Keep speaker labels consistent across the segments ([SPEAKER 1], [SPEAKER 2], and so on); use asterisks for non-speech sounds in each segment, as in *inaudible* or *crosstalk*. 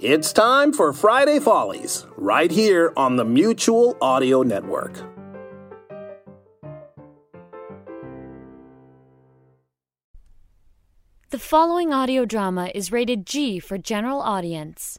[SPEAKER 1] It's time for Friday Follies, right here on the Mutual Audio Network.
[SPEAKER 2] The following audio drama is rated G for general audience.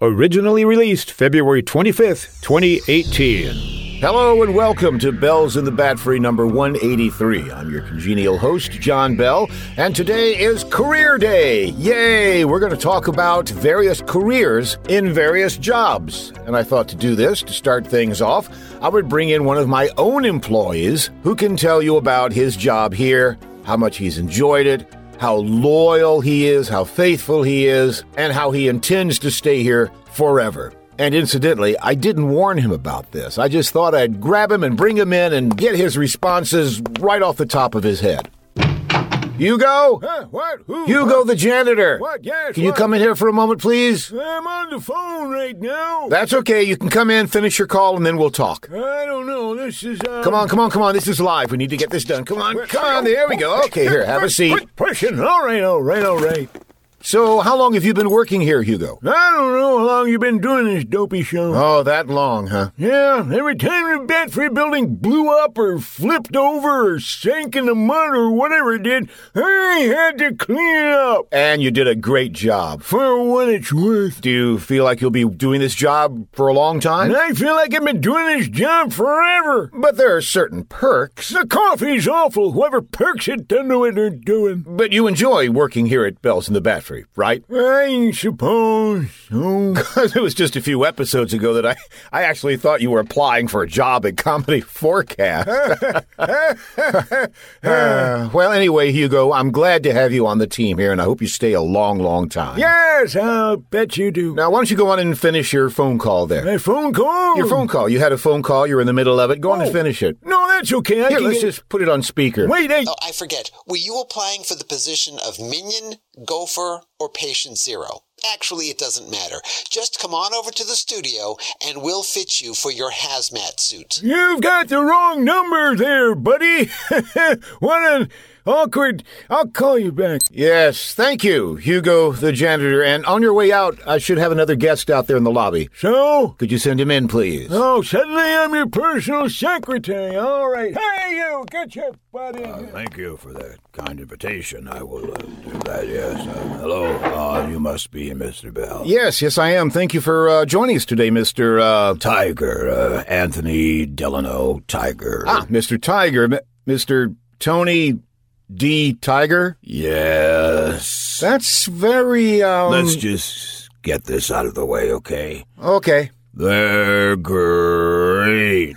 [SPEAKER 3] Originally released February 25th, 2018.
[SPEAKER 4] Hello and welcome to Bells in the Bat Free number 183. I'm your congenial host, John Bell, and today is Career Day. Yay! We're going to talk about various careers in various jobs. And I thought to do this, to start things off, I would bring in one of my own employees who can tell you about his job here, how much he's enjoyed it, how loyal he is, how faithful he is, and how he intends to stay here forever. And incidentally, I didn't warn him about this. I just thought I'd grab him and bring him in and get his responses right off the top of his head. Hugo?
[SPEAKER 5] Huh, what? Who?
[SPEAKER 4] Hugo the janitor.
[SPEAKER 5] What? Yes,
[SPEAKER 4] Can you
[SPEAKER 5] what?
[SPEAKER 4] come in here for a moment, please?
[SPEAKER 5] I'm on the phone right now.
[SPEAKER 4] That's okay. You can come in, finish your call, and then we'll talk.
[SPEAKER 5] I don't know. This is. Um,
[SPEAKER 4] Come on, come on, come on. This is live. We need to get this done. Come on, come on. There we go. Okay, here, have a seat.
[SPEAKER 5] Quit pushing. All right, all right, all right.
[SPEAKER 4] So, how long have you been working here, Hugo?
[SPEAKER 5] I don't know how long you've been doing this dopey show.
[SPEAKER 4] Oh, that long, huh?
[SPEAKER 5] yeah, every time the Bedford building blew up or flipped over or sank in the mud or whatever it did, I had to clean it up.
[SPEAKER 4] And you did a great job.
[SPEAKER 5] For what it's worth.
[SPEAKER 4] Do you feel like you'll be doing this job for a long time?
[SPEAKER 5] And I feel like I've been doing this job forever.
[SPEAKER 4] But there are certain perks.
[SPEAKER 5] The coffee's awful. Whoever perks it doesn't know what they're doing.
[SPEAKER 4] But you enjoy working here at Bells in the Battery, right?
[SPEAKER 5] I suppose
[SPEAKER 4] *laughs*
[SPEAKER 5] so.
[SPEAKER 4] Because it was just a few episodes ago that I, I actually thought you were applying for a job at Comedy Forecast. *laughs* Uh, well, anyway, Hugo, I'm glad to have you on the team here, and I hope you stay a long, long time.
[SPEAKER 5] Yes, I'll bet you do.
[SPEAKER 4] Now, why don't you go on and finish your phone call there?
[SPEAKER 5] My phone call?
[SPEAKER 4] Your phone call. You had a phone call. You're in the middle of it. Go on and finish it.
[SPEAKER 5] Oh. No, that's okay. I
[SPEAKER 4] Here,
[SPEAKER 5] can
[SPEAKER 4] let's
[SPEAKER 5] get-
[SPEAKER 4] just put it on speaker.
[SPEAKER 5] Wait, I...
[SPEAKER 6] Oh, I forget. Were you applying for the position of minion, gopher, or patient zero? Actually, it doesn't matter. Just come on over to the studio and we'll fit you for your hazmat suit.
[SPEAKER 5] You've got the wrong number there, buddy. *laughs* what an awkward... I'll call you back.
[SPEAKER 4] Yes, thank you, Hugo the janitor. And on your way out, I should have another guest out there in the lobby.
[SPEAKER 5] So?
[SPEAKER 4] Could you send him in, please?
[SPEAKER 5] Oh, suddenly I'm your personal secretary. All right. Hey, you! Get your butt in here.
[SPEAKER 7] Thank you for that kind invitation. I will uh, do that, yes. Uh, hello, uh, you must be Mr. Bell.
[SPEAKER 4] Yes, yes, I am. Thank you for uh, joining us today, Mr. Uh,
[SPEAKER 7] Tiger, uh, Anthony Delano Tiger.
[SPEAKER 4] ah, Mr. Tiger, M- Mr. Tony D. Tiger.
[SPEAKER 7] Yes.
[SPEAKER 4] That's very, um.
[SPEAKER 7] Let's just get this out of the way, okay?
[SPEAKER 4] Okay.
[SPEAKER 7] They're great.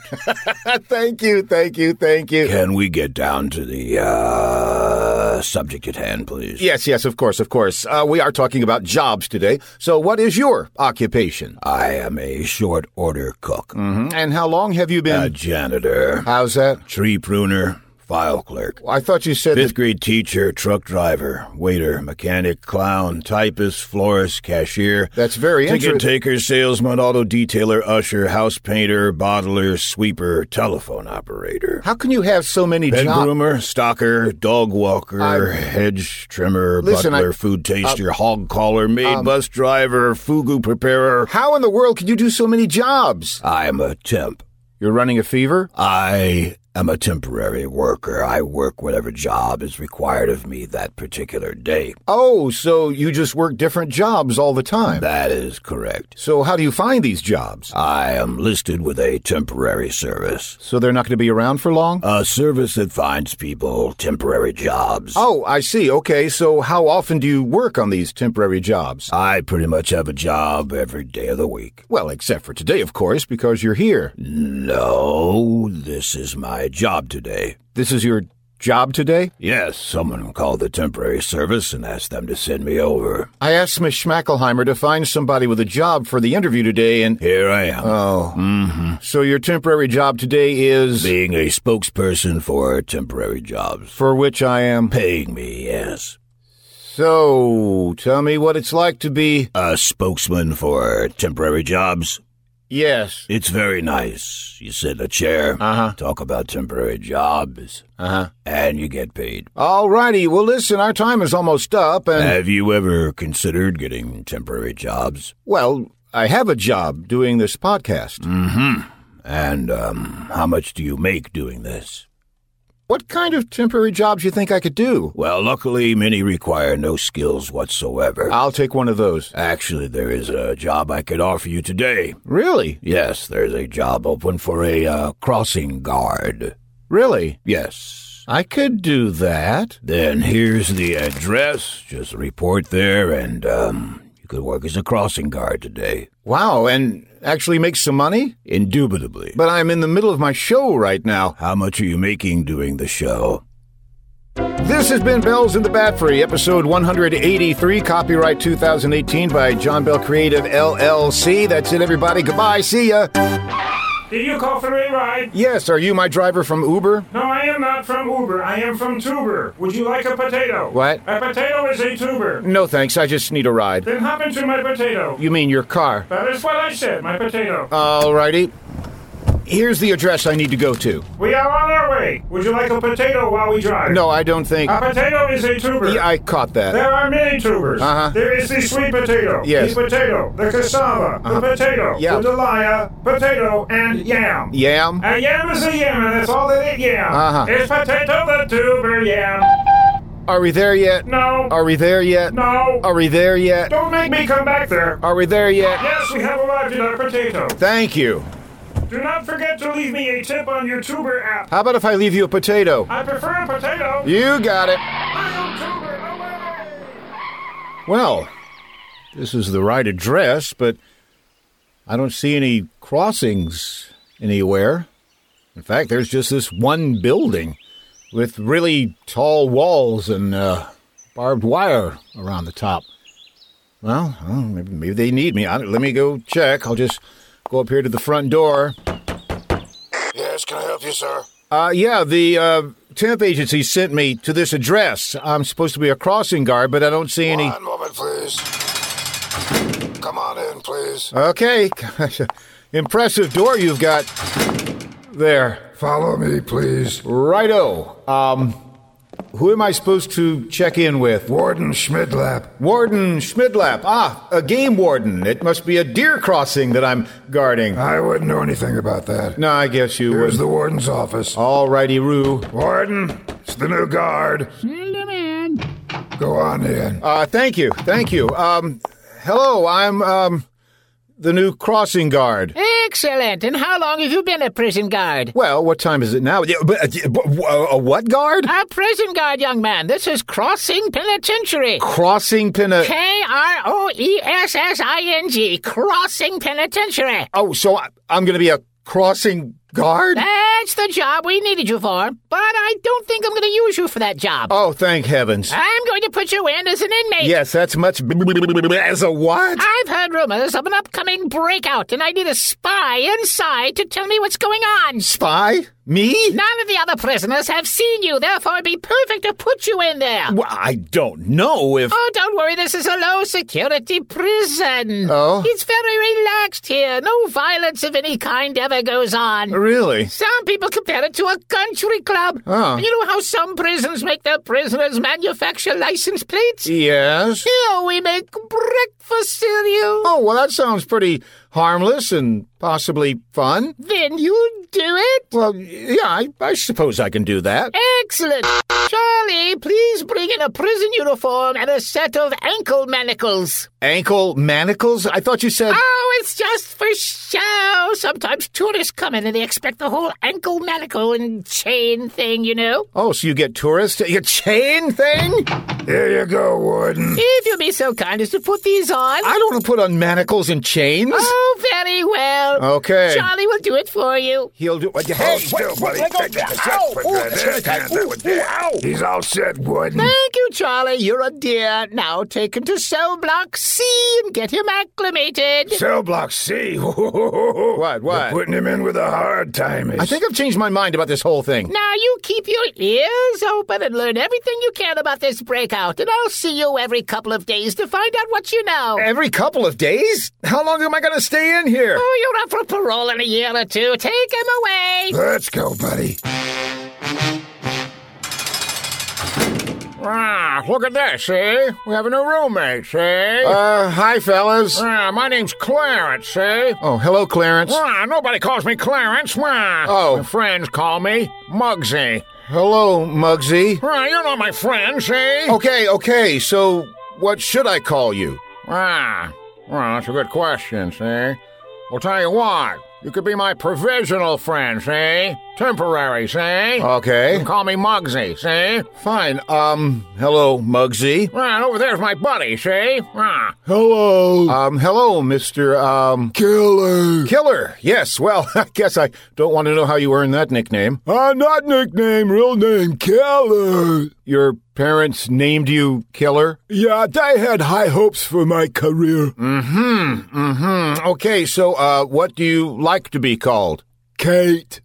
[SPEAKER 4] thank you, thank you, thank you.
[SPEAKER 7] Can we get down to the uh, subject at hand, please?
[SPEAKER 4] Yes, yes, of course, of course. Uh, we are talking about jobs today. So, what is your occupation?
[SPEAKER 7] I am a short order cook,
[SPEAKER 4] Mm-hmm. And how long have you
[SPEAKER 7] a
[SPEAKER 4] been?
[SPEAKER 7] janitor,
[SPEAKER 4] How's that?
[SPEAKER 7] tree pruner, file clerk.
[SPEAKER 4] I thought you said
[SPEAKER 7] Fifth
[SPEAKER 4] that.
[SPEAKER 7] grade teacher, truck driver, waiter, mechanic, clown, typist, florist, cashier.
[SPEAKER 4] That's very
[SPEAKER 7] Ticket
[SPEAKER 4] interesting.
[SPEAKER 7] taker, salesman, auto detailer, usher, house painter, bottler, sweeper, telephone operator.
[SPEAKER 4] How can you have so many
[SPEAKER 7] Pet
[SPEAKER 4] jobs?
[SPEAKER 7] groomer, stalker, dog walker,
[SPEAKER 4] I-
[SPEAKER 7] hedge trimmer,
[SPEAKER 4] Listen, I- uh, um,
[SPEAKER 7] butler, food taster, hog caller, maid, bus driver, fugu preparer.
[SPEAKER 4] How in the world can you do so many jobs?
[SPEAKER 7] I'm a temp.
[SPEAKER 4] You're running a fever?
[SPEAKER 7] I am a temporary worker. I work whatever job is required of me that particular day.
[SPEAKER 4] Oh, so you just work different jobs all the time.
[SPEAKER 7] That is correct.
[SPEAKER 4] So how do you find these jobs?
[SPEAKER 7] I am listed with a temporary service.
[SPEAKER 4] So they're not going to be around for long?
[SPEAKER 7] A service that finds people temporary jobs.
[SPEAKER 4] Oh, I see. Okay, so how often do you work on these temporary jobs?
[SPEAKER 7] I pretty much have a job every day of the week.
[SPEAKER 4] Well, except for today, of course, because you're here.
[SPEAKER 7] No, this is my job today.
[SPEAKER 4] This is your job today?
[SPEAKER 7] Yes, someone called the temporary service and asked them to send me over.
[SPEAKER 4] I asked Miss Schmackelheimer to find somebody with a job for the interview today, and
[SPEAKER 7] Here I am,
[SPEAKER 8] Uh,
[SPEAKER 4] oh, so your temporary job today is
[SPEAKER 7] being a spokesperson for temporary jobs.
[SPEAKER 4] for which I am.
[SPEAKER 7] Paying me, yes.
[SPEAKER 4] So, tell me what it's like to be.
[SPEAKER 7] A spokesman for temporary jobs.
[SPEAKER 4] Yes.
[SPEAKER 9] It's very nice. You sit in a chair,
[SPEAKER 8] Uh.
[SPEAKER 4] Uh-huh.
[SPEAKER 9] talk about temporary jobs,
[SPEAKER 4] Uh-huh.
[SPEAKER 9] and you get paid.
[SPEAKER 4] All righty. Well, listen, our time is almost up, and
[SPEAKER 9] Have you ever considered getting temporary jobs?
[SPEAKER 4] well, I have a job doing this podcast.
[SPEAKER 9] Mm-hmm. And um, how much do you make doing this?
[SPEAKER 4] What kind of temporary jobs you think I could do?
[SPEAKER 9] Well, luckily, many require no skills whatsoever.
[SPEAKER 4] I'll take one of those.
[SPEAKER 9] Actually, there is a job I could offer you today.
[SPEAKER 4] Really?
[SPEAKER 9] Yes, there's a job open for a uh, crossing guard.
[SPEAKER 4] Really?
[SPEAKER 9] Yes.
[SPEAKER 4] I could do that.
[SPEAKER 9] Then here's the address. Just report there, and um, you could work as a crossing guard today.
[SPEAKER 4] Wow, and actually make some money?
[SPEAKER 9] Indubitably.
[SPEAKER 4] But I'm in the middle of my show right now.
[SPEAKER 9] How much are you making doing the show?
[SPEAKER 4] This has been Bells in the Bat Free, episode 183, copyright 2018 by John Bell Creative LLC. That's it, everybody. Goodbye. See ya.
[SPEAKER 8] Did you call for a ride?
[SPEAKER 4] Yes, are you my driver from Uber?
[SPEAKER 8] No, I am not from Uber. I am from Tuber. Would you like a potato?
[SPEAKER 4] What?
[SPEAKER 8] A potato is a tuber.
[SPEAKER 4] No, thanks. I just need a ride.
[SPEAKER 8] Then hop into my potato.
[SPEAKER 4] You mean your car?
[SPEAKER 8] That is what I said, my potato.
[SPEAKER 4] Alrighty. Here's the address I need to go to.
[SPEAKER 8] we are on our way. Would you like a potato while we drive?
[SPEAKER 4] No, I don't think.
[SPEAKER 8] A potato is a tuber.
[SPEAKER 4] Yeah, I caught that.
[SPEAKER 8] There are many tubers.
[SPEAKER 4] Uh-huh.
[SPEAKER 8] There is the sweet potato,
[SPEAKER 4] Yes. Uh-huh.
[SPEAKER 8] the potato, the cassava, the potato,
[SPEAKER 4] Yeah.
[SPEAKER 8] the delia, potato, and yam.
[SPEAKER 4] Yam?
[SPEAKER 8] A yam is a yam, and that's all that it yam.
[SPEAKER 4] Uh-huh.
[SPEAKER 8] It's potato the tuber yam.
[SPEAKER 4] Are we there yet?
[SPEAKER 8] No.
[SPEAKER 4] Are we there yet?
[SPEAKER 8] no.
[SPEAKER 4] Are we there yet?
[SPEAKER 8] Don't make me come back there.
[SPEAKER 4] Are we there yet?
[SPEAKER 8] Yes, we have arrived at our potato.
[SPEAKER 4] Thank you.
[SPEAKER 8] Do not forget to leave me a tip on your tuber app.
[SPEAKER 4] How about if I leave you a potato?
[SPEAKER 8] I prefer a potato. oh
[SPEAKER 4] You got it.
[SPEAKER 8] I am tuber away.
[SPEAKER 4] Well, this is the right address, but I don't see any crossings anywhere. In fact, there's just this one building with really tall walls and uh, barbed wire around the top. Well, I don't know, maybe, maybe they need me. I, let me go check. I'll just go up here to the front door.
[SPEAKER 3] Yes, can I help you, sir?
[SPEAKER 4] Uh, yeah, the uh, temp agency sent me to this address. I'm supposed to be a crossing guard, but I don't see any.
[SPEAKER 3] One moment, please. Come on in, please.
[SPEAKER 4] Okay. *laughs* Gosh, impressive door you've got there.
[SPEAKER 3] Follow me, please.
[SPEAKER 4] Righto. Um, who am I supposed to check in with?
[SPEAKER 3] Warden Schmidlap.
[SPEAKER 4] Warden Schmidlap. Ah, a game warden. It must be a deer crossing that I'm guarding.
[SPEAKER 8] Uh,
[SPEAKER 3] I wouldn't know anything about that.
[SPEAKER 4] No, Oh. I guess you
[SPEAKER 3] Here's
[SPEAKER 4] was.
[SPEAKER 3] the warden's office.
[SPEAKER 4] Alrighty, Roo.
[SPEAKER 3] Warden, it's the new guard. Go on in.
[SPEAKER 4] Uh, thank you, thank you. Um, hello, I'm um, the new crossing guard.
[SPEAKER 10] Excellent. And how long have you been a prison guard?
[SPEAKER 4] Well, what time is it now? Yeah, but, uh, but, uh, a what guard?
[SPEAKER 10] A prison guard, young man. This is Crossing Penitentiary.
[SPEAKER 4] Crossing pena.
[SPEAKER 10] K R O E S S I N G. Crossing Penitentiary.
[SPEAKER 4] Oh, so I, I'm going to be a crossing guard?
[SPEAKER 10] That's the job we needed you for. But I don't think I'm going to use you for that job.
[SPEAKER 4] Oh, thank heavens.
[SPEAKER 10] I'm going to put you in as an inmate.
[SPEAKER 4] Yes, that's much as a what?
[SPEAKER 10] I've heard rumors of an upcoming breakout, and I need a spy inside to tell me what's going on.
[SPEAKER 4] Spy? Me?
[SPEAKER 10] None of the other prisoners have seen you, therefore it'd be perfect to put you in there.
[SPEAKER 4] Well, I don't know if.
[SPEAKER 10] Oh, don't worry. This is a low security prison.
[SPEAKER 4] Oh?
[SPEAKER 10] It's very relaxed here. No violence of any kind ever goes on.
[SPEAKER 4] Really?
[SPEAKER 10] Some people compare it to a country club.
[SPEAKER 4] Oh.
[SPEAKER 10] You know how some prisons make their prisoners manufacture license plates?
[SPEAKER 4] Yes.
[SPEAKER 10] Here we make breakfast cereal.
[SPEAKER 4] Oh, well, that sounds pretty harmless and possibly fun.
[SPEAKER 10] Then you do it?
[SPEAKER 4] Well, yeah, I, I suppose I can do that.
[SPEAKER 10] Excellent. Charlie, please bring in a prison uniform and a set of ankle manacles.
[SPEAKER 4] Ankle manacles? I thought you said.
[SPEAKER 10] Oh, it's just for show. Sometimes tourists come in and they expect the whole ankle manacle and chain thing, you know.
[SPEAKER 4] Oh, so you get tourists? Your chain thing?
[SPEAKER 3] Here you go, Warden.
[SPEAKER 10] If you'll be so kind as to put these on.
[SPEAKER 4] I don't want to put on manacles and chains.
[SPEAKER 10] Oh, very well.
[SPEAKER 3] Oh,
[SPEAKER 4] Okay.
[SPEAKER 10] Charlie will do it for you.
[SPEAKER 4] He'll do.
[SPEAKER 3] Hold
[SPEAKER 4] Hey,
[SPEAKER 3] still, buddy. Take it. Ow, ooh, that's right. Ooh, ooh, He's all set, Warden.
[SPEAKER 10] Thank you, Charlie. You're a dear. Now take him to cell block C and get him acclimated.
[SPEAKER 3] Cell block C.
[SPEAKER 4] What,
[SPEAKER 3] what?
[SPEAKER 4] *laughs* what?
[SPEAKER 3] putting him in with a hard time.
[SPEAKER 4] I think I've changed my mind about this whole thing.
[SPEAKER 10] Now you keep your ears open and learn everything you can about this breakout, and I'll see
[SPEAKER 4] Eh.
[SPEAKER 10] you every couple of days to find out what you know.
[SPEAKER 4] Every couple of days? How long am I going to stay in
[SPEAKER 5] here.
[SPEAKER 10] Oh, you're up for parole in a year or two. Take him away.
[SPEAKER 11] Let's go, buddy.
[SPEAKER 5] Ah, look at this, see? We have a new roommate, see?
[SPEAKER 4] Uh, hi, fellas.
[SPEAKER 5] ah, my name's Clarence, see?
[SPEAKER 4] Oh, hello, Clarence.
[SPEAKER 5] Ah, nobody calls me Clarence. Ah,
[SPEAKER 4] Oh.
[SPEAKER 5] My friends call me Muggsy.
[SPEAKER 4] Hello, Muggsy.
[SPEAKER 5] Ah, you're not my friend, see?
[SPEAKER 4] Okay, okay, so what should I call you?
[SPEAKER 5] Ah, well, that's a good question, see? Well, tell you what, you could be my provisional friend, see? Temporary, see? You
[SPEAKER 4] Okay.
[SPEAKER 5] can call me Muggsy, see?
[SPEAKER 4] Fine. Um, hello, Muggsy.
[SPEAKER 5] Ah, and over there's my buddy, see? Ah,
[SPEAKER 11] Hello,
[SPEAKER 4] Um, hello, Mr. Um,
[SPEAKER 11] killer.
[SPEAKER 4] Killer. Yes, well, *laughs* I guess I don't want to know how you earned that nickname.
[SPEAKER 11] Uh, not nickname, real name, Killer.
[SPEAKER 4] Your parents named you Killer?
[SPEAKER 11] Yeah, they had high hopes for my career.
[SPEAKER 4] Mm-hmm. Okay, so, uh, what do you like to be called?
[SPEAKER 11] Kate.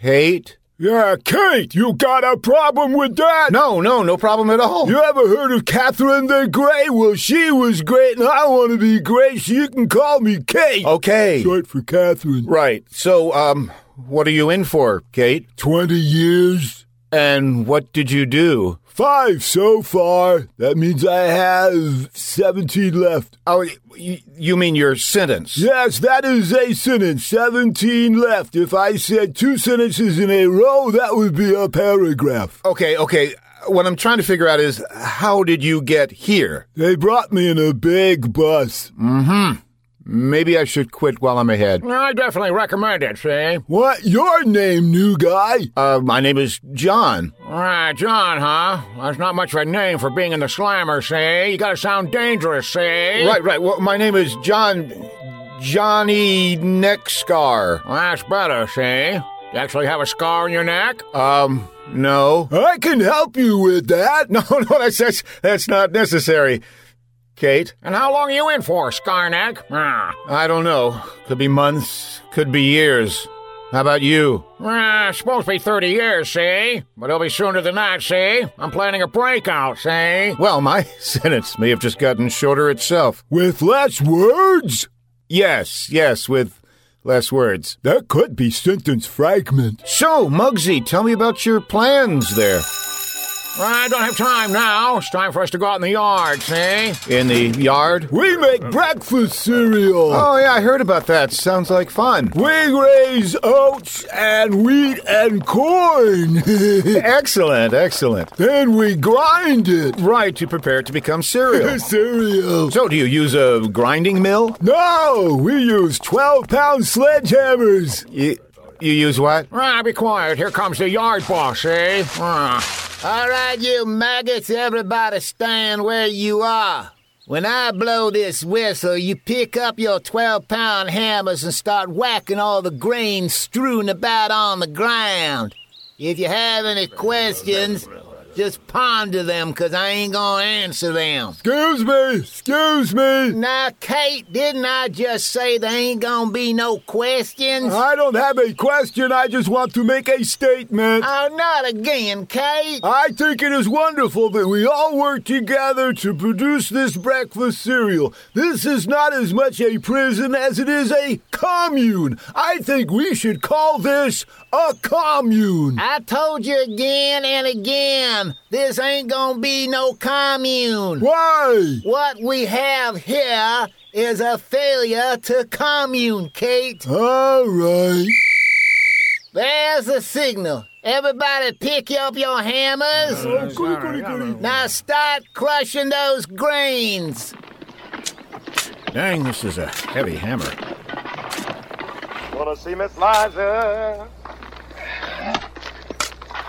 [SPEAKER 4] Kate?
[SPEAKER 11] Yeah, Kate, you got a problem with that?
[SPEAKER 4] No, no, no problem at all.
[SPEAKER 11] You ever heard of Catherine the Great? Well, she was great, and I want to be great, so you can call me Kate.
[SPEAKER 4] Okay.
[SPEAKER 11] Short for Catherine.
[SPEAKER 4] Right. So, um, what are you in for, Kate?
[SPEAKER 11] 20 years.
[SPEAKER 4] And what did you do?
[SPEAKER 11] Five so far. That means I have 17 left.
[SPEAKER 4] Oh, y- you mean your sentence?
[SPEAKER 11] Yes, that is a sentence. 17 left. If I said two sentences in a row, that would be a paragraph.
[SPEAKER 4] Okay, okay. What I'm trying to figure out is how did you get here? Mm-hmm.
[SPEAKER 11] They brought me in a big bus.
[SPEAKER 4] Maybe I should quit while I'm ahead.
[SPEAKER 5] I definitely recommend it, see?
[SPEAKER 11] What your name, new guy?
[SPEAKER 4] Uh, my name is John.
[SPEAKER 5] Ah, John, huh? That's not much of a name for being in the slammer, see? You gotta sound dangerous, see?
[SPEAKER 4] Right, right. Well, my name is John. Johnny Neckscar.
[SPEAKER 5] Well, that's better, see? You actually have a scar on your neck?
[SPEAKER 4] Um, no.
[SPEAKER 11] I can help you with that.
[SPEAKER 4] *laughs* No, no, that's, that's, that's not necessary. Kate,
[SPEAKER 5] And how long are you in for, Scarneck? Ah,
[SPEAKER 4] I don't know. Could be months, could be years. How about you?
[SPEAKER 5] ah, it's supposed to be 30 years, see? But it'll be sooner than that, see? I'm planning a breakout, see?
[SPEAKER 4] Well, my *laughs* sentence may have just gotten shorter itself.
[SPEAKER 11] With less words?
[SPEAKER 4] Yes, yes, with less words.
[SPEAKER 11] That could be sentence fragment.
[SPEAKER 4] So, Muggsy, tell me about your plans there.
[SPEAKER 5] I don't have time now. It's time for us to go out in the yard, see?
[SPEAKER 4] In the yard?
[SPEAKER 11] We make breakfast cereal.
[SPEAKER 4] Oh, yeah, I heard about that. Sounds like fun.
[SPEAKER 11] We raise oats and wheat and
[SPEAKER 4] *laughs*
[SPEAKER 11] corn.
[SPEAKER 4] Excellent, excellent.
[SPEAKER 11] then we grind it.
[SPEAKER 4] Right, to prepare it to become
[SPEAKER 11] *laughs*
[SPEAKER 4] cereal.
[SPEAKER 11] Cereal.
[SPEAKER 4] so, do you use a grinding mill?
[SPEAKER 11] No, we use 12 pound sledgehammers.
[SPEAKER 4] You, you use what?
[SPEAKER 5] Ah, be quiet. Here comes the yard boss,
[SPEAKER 11] eh?
[SPEAKER 5] see? Ah.
[SPEAKER 4] All right, you maggots, everybody stand where you are. When I blow this whistle, you pick up your 12 pound hammers and start whacking all the grain strewn about on the ground. *laughs* If you have any questions, just ponder them, 'cause I ain't gonna answer them.
[SPEAKER 11] Excuse me, excuse me.
[SPEAKER 4] Now, Kate, didn't I just say there ain't gonna be no questions?
[SPEAKER 10] Uh-huh.
[SPEAKER 11] I don't have a question, I just want to make a statement.
[SPEAKER 4] Oh, not again, Kate.
[SPEAKER 11] I think it is wonderful that we all work together to produce this breakfast cereal. This is not as much a prison as it is a commune. I think we should call this a commune.
[SPEAKER 4] I told you again and again, this ain't gonna be no commune.
[SPEAKER 11] Why?
[SPEAKER 4] What we have here is a failure to communicate.
[SPEAKER 11] All right.
[SPEAKER 4] There's a signal. Everybody pick up your hammers. Now start crushing those grains.
[SPEAKER 5] Dang, this is a heavy hammer.
[SPEAKER 12] Gonna see Miss Liza.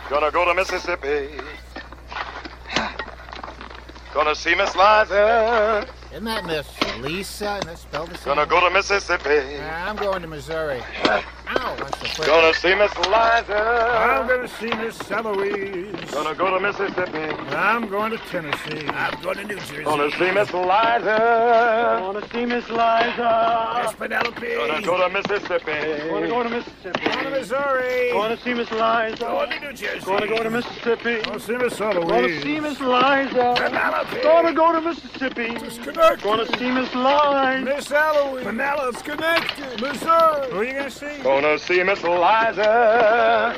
[SPEAKER 12] Gonna go to Mississippi. Gonna see Miss Liza.
[SPEAKER 4] Isn't that Miss Lisa? Isn't that spelled the same?
[SPEAKER 12] Gonna go to Mississippi.
[SPEAKER 4] I'm going to Missouri.
[SPEAKER 12] Ow, that's the Gonna see Miss Liza. I'm
[SPEAKER 11] gonna see Miss Eloise.
[SPEAKER 12] Gonna go to Mississippi.
[SPEAKER 11] I'm going to Tennessee.
[SPEAKER 13] I'm going to New Jersey.
[SPEAKER 12] Gonna see Miss Liza.
[SPEAKER 13] Gonna see Miss Liza.
[SPEAKER 12] Miss Penelope. Gonna go to Mississippi.
[SPEAKER 13] Gonna go to Mississippi.
[SPEAKER 11] Going to Missouri.
[SPEAKER 13] Gonna see Miss Liza.
[SPEAKER 11] Going to New Jersey.
[SPEAKER 13] Gonna go to Mississippi.
[SPEAKER 11] Gonna see Miss Eloise.
[SPEAKER 13] Gonna see Miss Liza.
[SPEAKER 11] Penelope.
[SPEAKER 13] Gonna go to Mississippi.
[SPEAKER 11] Disconnect.
[SPEAKER 13] Gonna see Miss Liza.
[SPEAKER 11] Miss Eloise.
[SPEAKER 13] Penelope's
[SPEAKER 11] connected. Missouri.
[SPEAKER 13] Who are you gonna see?
[SPEAKER 12] Gonna see Miss Liza.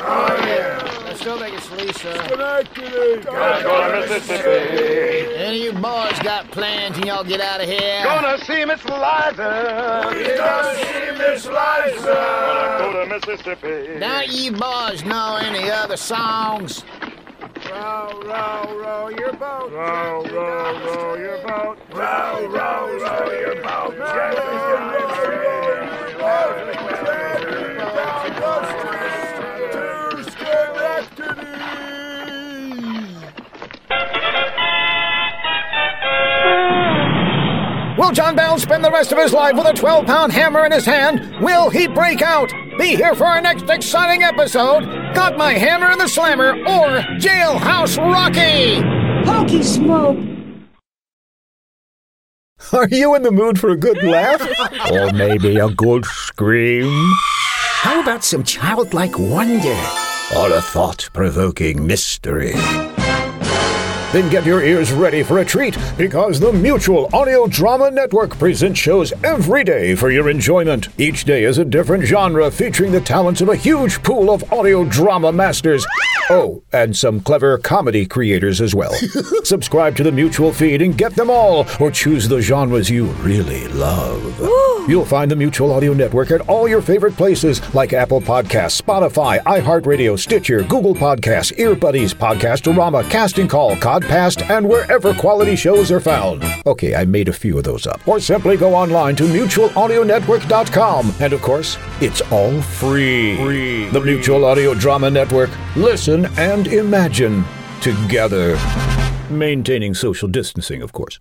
[SPEAKER 11] Oh, yeah.
[SPEAKER 14] I still think it's Lisa.
[SPEAKER 11] Schenectady.
[SPEAKER 12] Gonna go to Mississippi.
[SPEAKER 14] Any of you boys got plans and y'all get out of here?
[SPEAKER 12] Gonna see Miss Liza.
[SPEAKER 11] We gonna see Miss Liza.
[SPEAKER 12] Gonna go to Mississippi.
[SPEAKER 14] Don't you boys know any other songs?
[SPEAKER 11] Row, row, row your boat.
[SPEAKER 12] Row, row, row your boat.
[SPEAKER 11] Row, row, row your boat. Gently down the stream. Gently down the stream to Schenectady.
[SPEAKER 4] Will John Bell spend the rest of his life with a 12 pound hammer in his hand? Will he break out? Be here for our next exciting episode Got My Hammer and the Slammer or Jailhouse Rocky!
[SPEAKER 15] Hokey Smoke!
[SPEAKER 4] Are you in the mood for a good
[SPEAKER 11] *laughs*
[SPEAKER 4] laugh?
[SPEAKER 3] or maybe a good scream?
[SPEAKER 16] How about some childlike wonder?
[SPEAKER 7] Or a thought provoking mystery?
[SPEAKER 3] Then get your ears ready for a treat because the Mutual Audio Drama Network presents shows every day for your enjoyment. Each day is a different genre featuring the talents of a huge pool of audio drama masters. Oh, and some clever comedy creators as well. Subscribe to the Mutual feed and get them all, or choose the genres you really love. Ooh. You'll find the Mutual Audio Network at all your favorite places like Apple Podcasts, Spotify, iHeartRadio, Stitcher, Google Podcasts, Earbuddies, Podcastorama, Casting Call, Past and wherever quality shows are found. Okay, I made a few of those up. Or simply go online to mutualaudionetwork.com. And of course, it's all free. free. The Mutual Audio Drama Network. Listen and imagine together. Maintaining social distancing, of course.